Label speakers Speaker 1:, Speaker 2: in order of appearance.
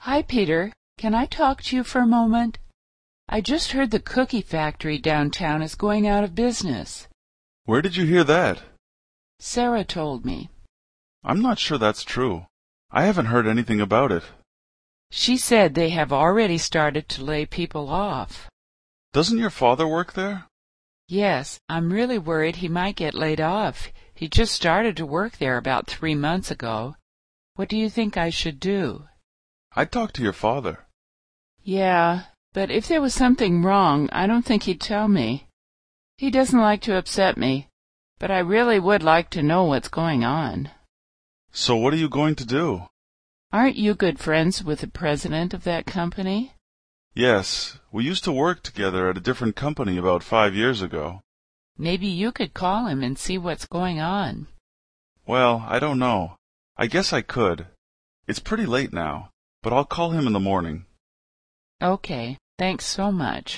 Speaker 1: Hi, Peter. Can I talk to you for a moment? I just heard the cookie factory downtown is going out of business.
Speaker 2: Where did you hear that?
Speaker 1: Sarah told me.
Speaker 2: I'm not sure that's true. I haven't heard anything about it.
Speaker 1: She said they have already started to lay people off.
Speaker 2: Doesn't your father work there?
Speaker 1: Yes, I'm really worried he might get laid off. He just started to work there about three months ago. What do you think I should do?
Speaker 2: I'd talk to your father.
Speaker 1: Yeah, but if there was something wrong, I don't think he'd tell me. He doesn't like to upset me, but I really would like to know what's going on.
Speaker 2: So what are you going to do?
Speaker 1: Aren't you good friends with the president of that company?
Speaker 2: Yes, we used to work together at a different company about five years ago.
Speaker 1: Maybe you could call him and see what's going on.
Speaker 2: Well, I don't know. I guess I could. It's pretty late now, but I'll call him in the morning.
Speaker 1: Okay, thanks so much.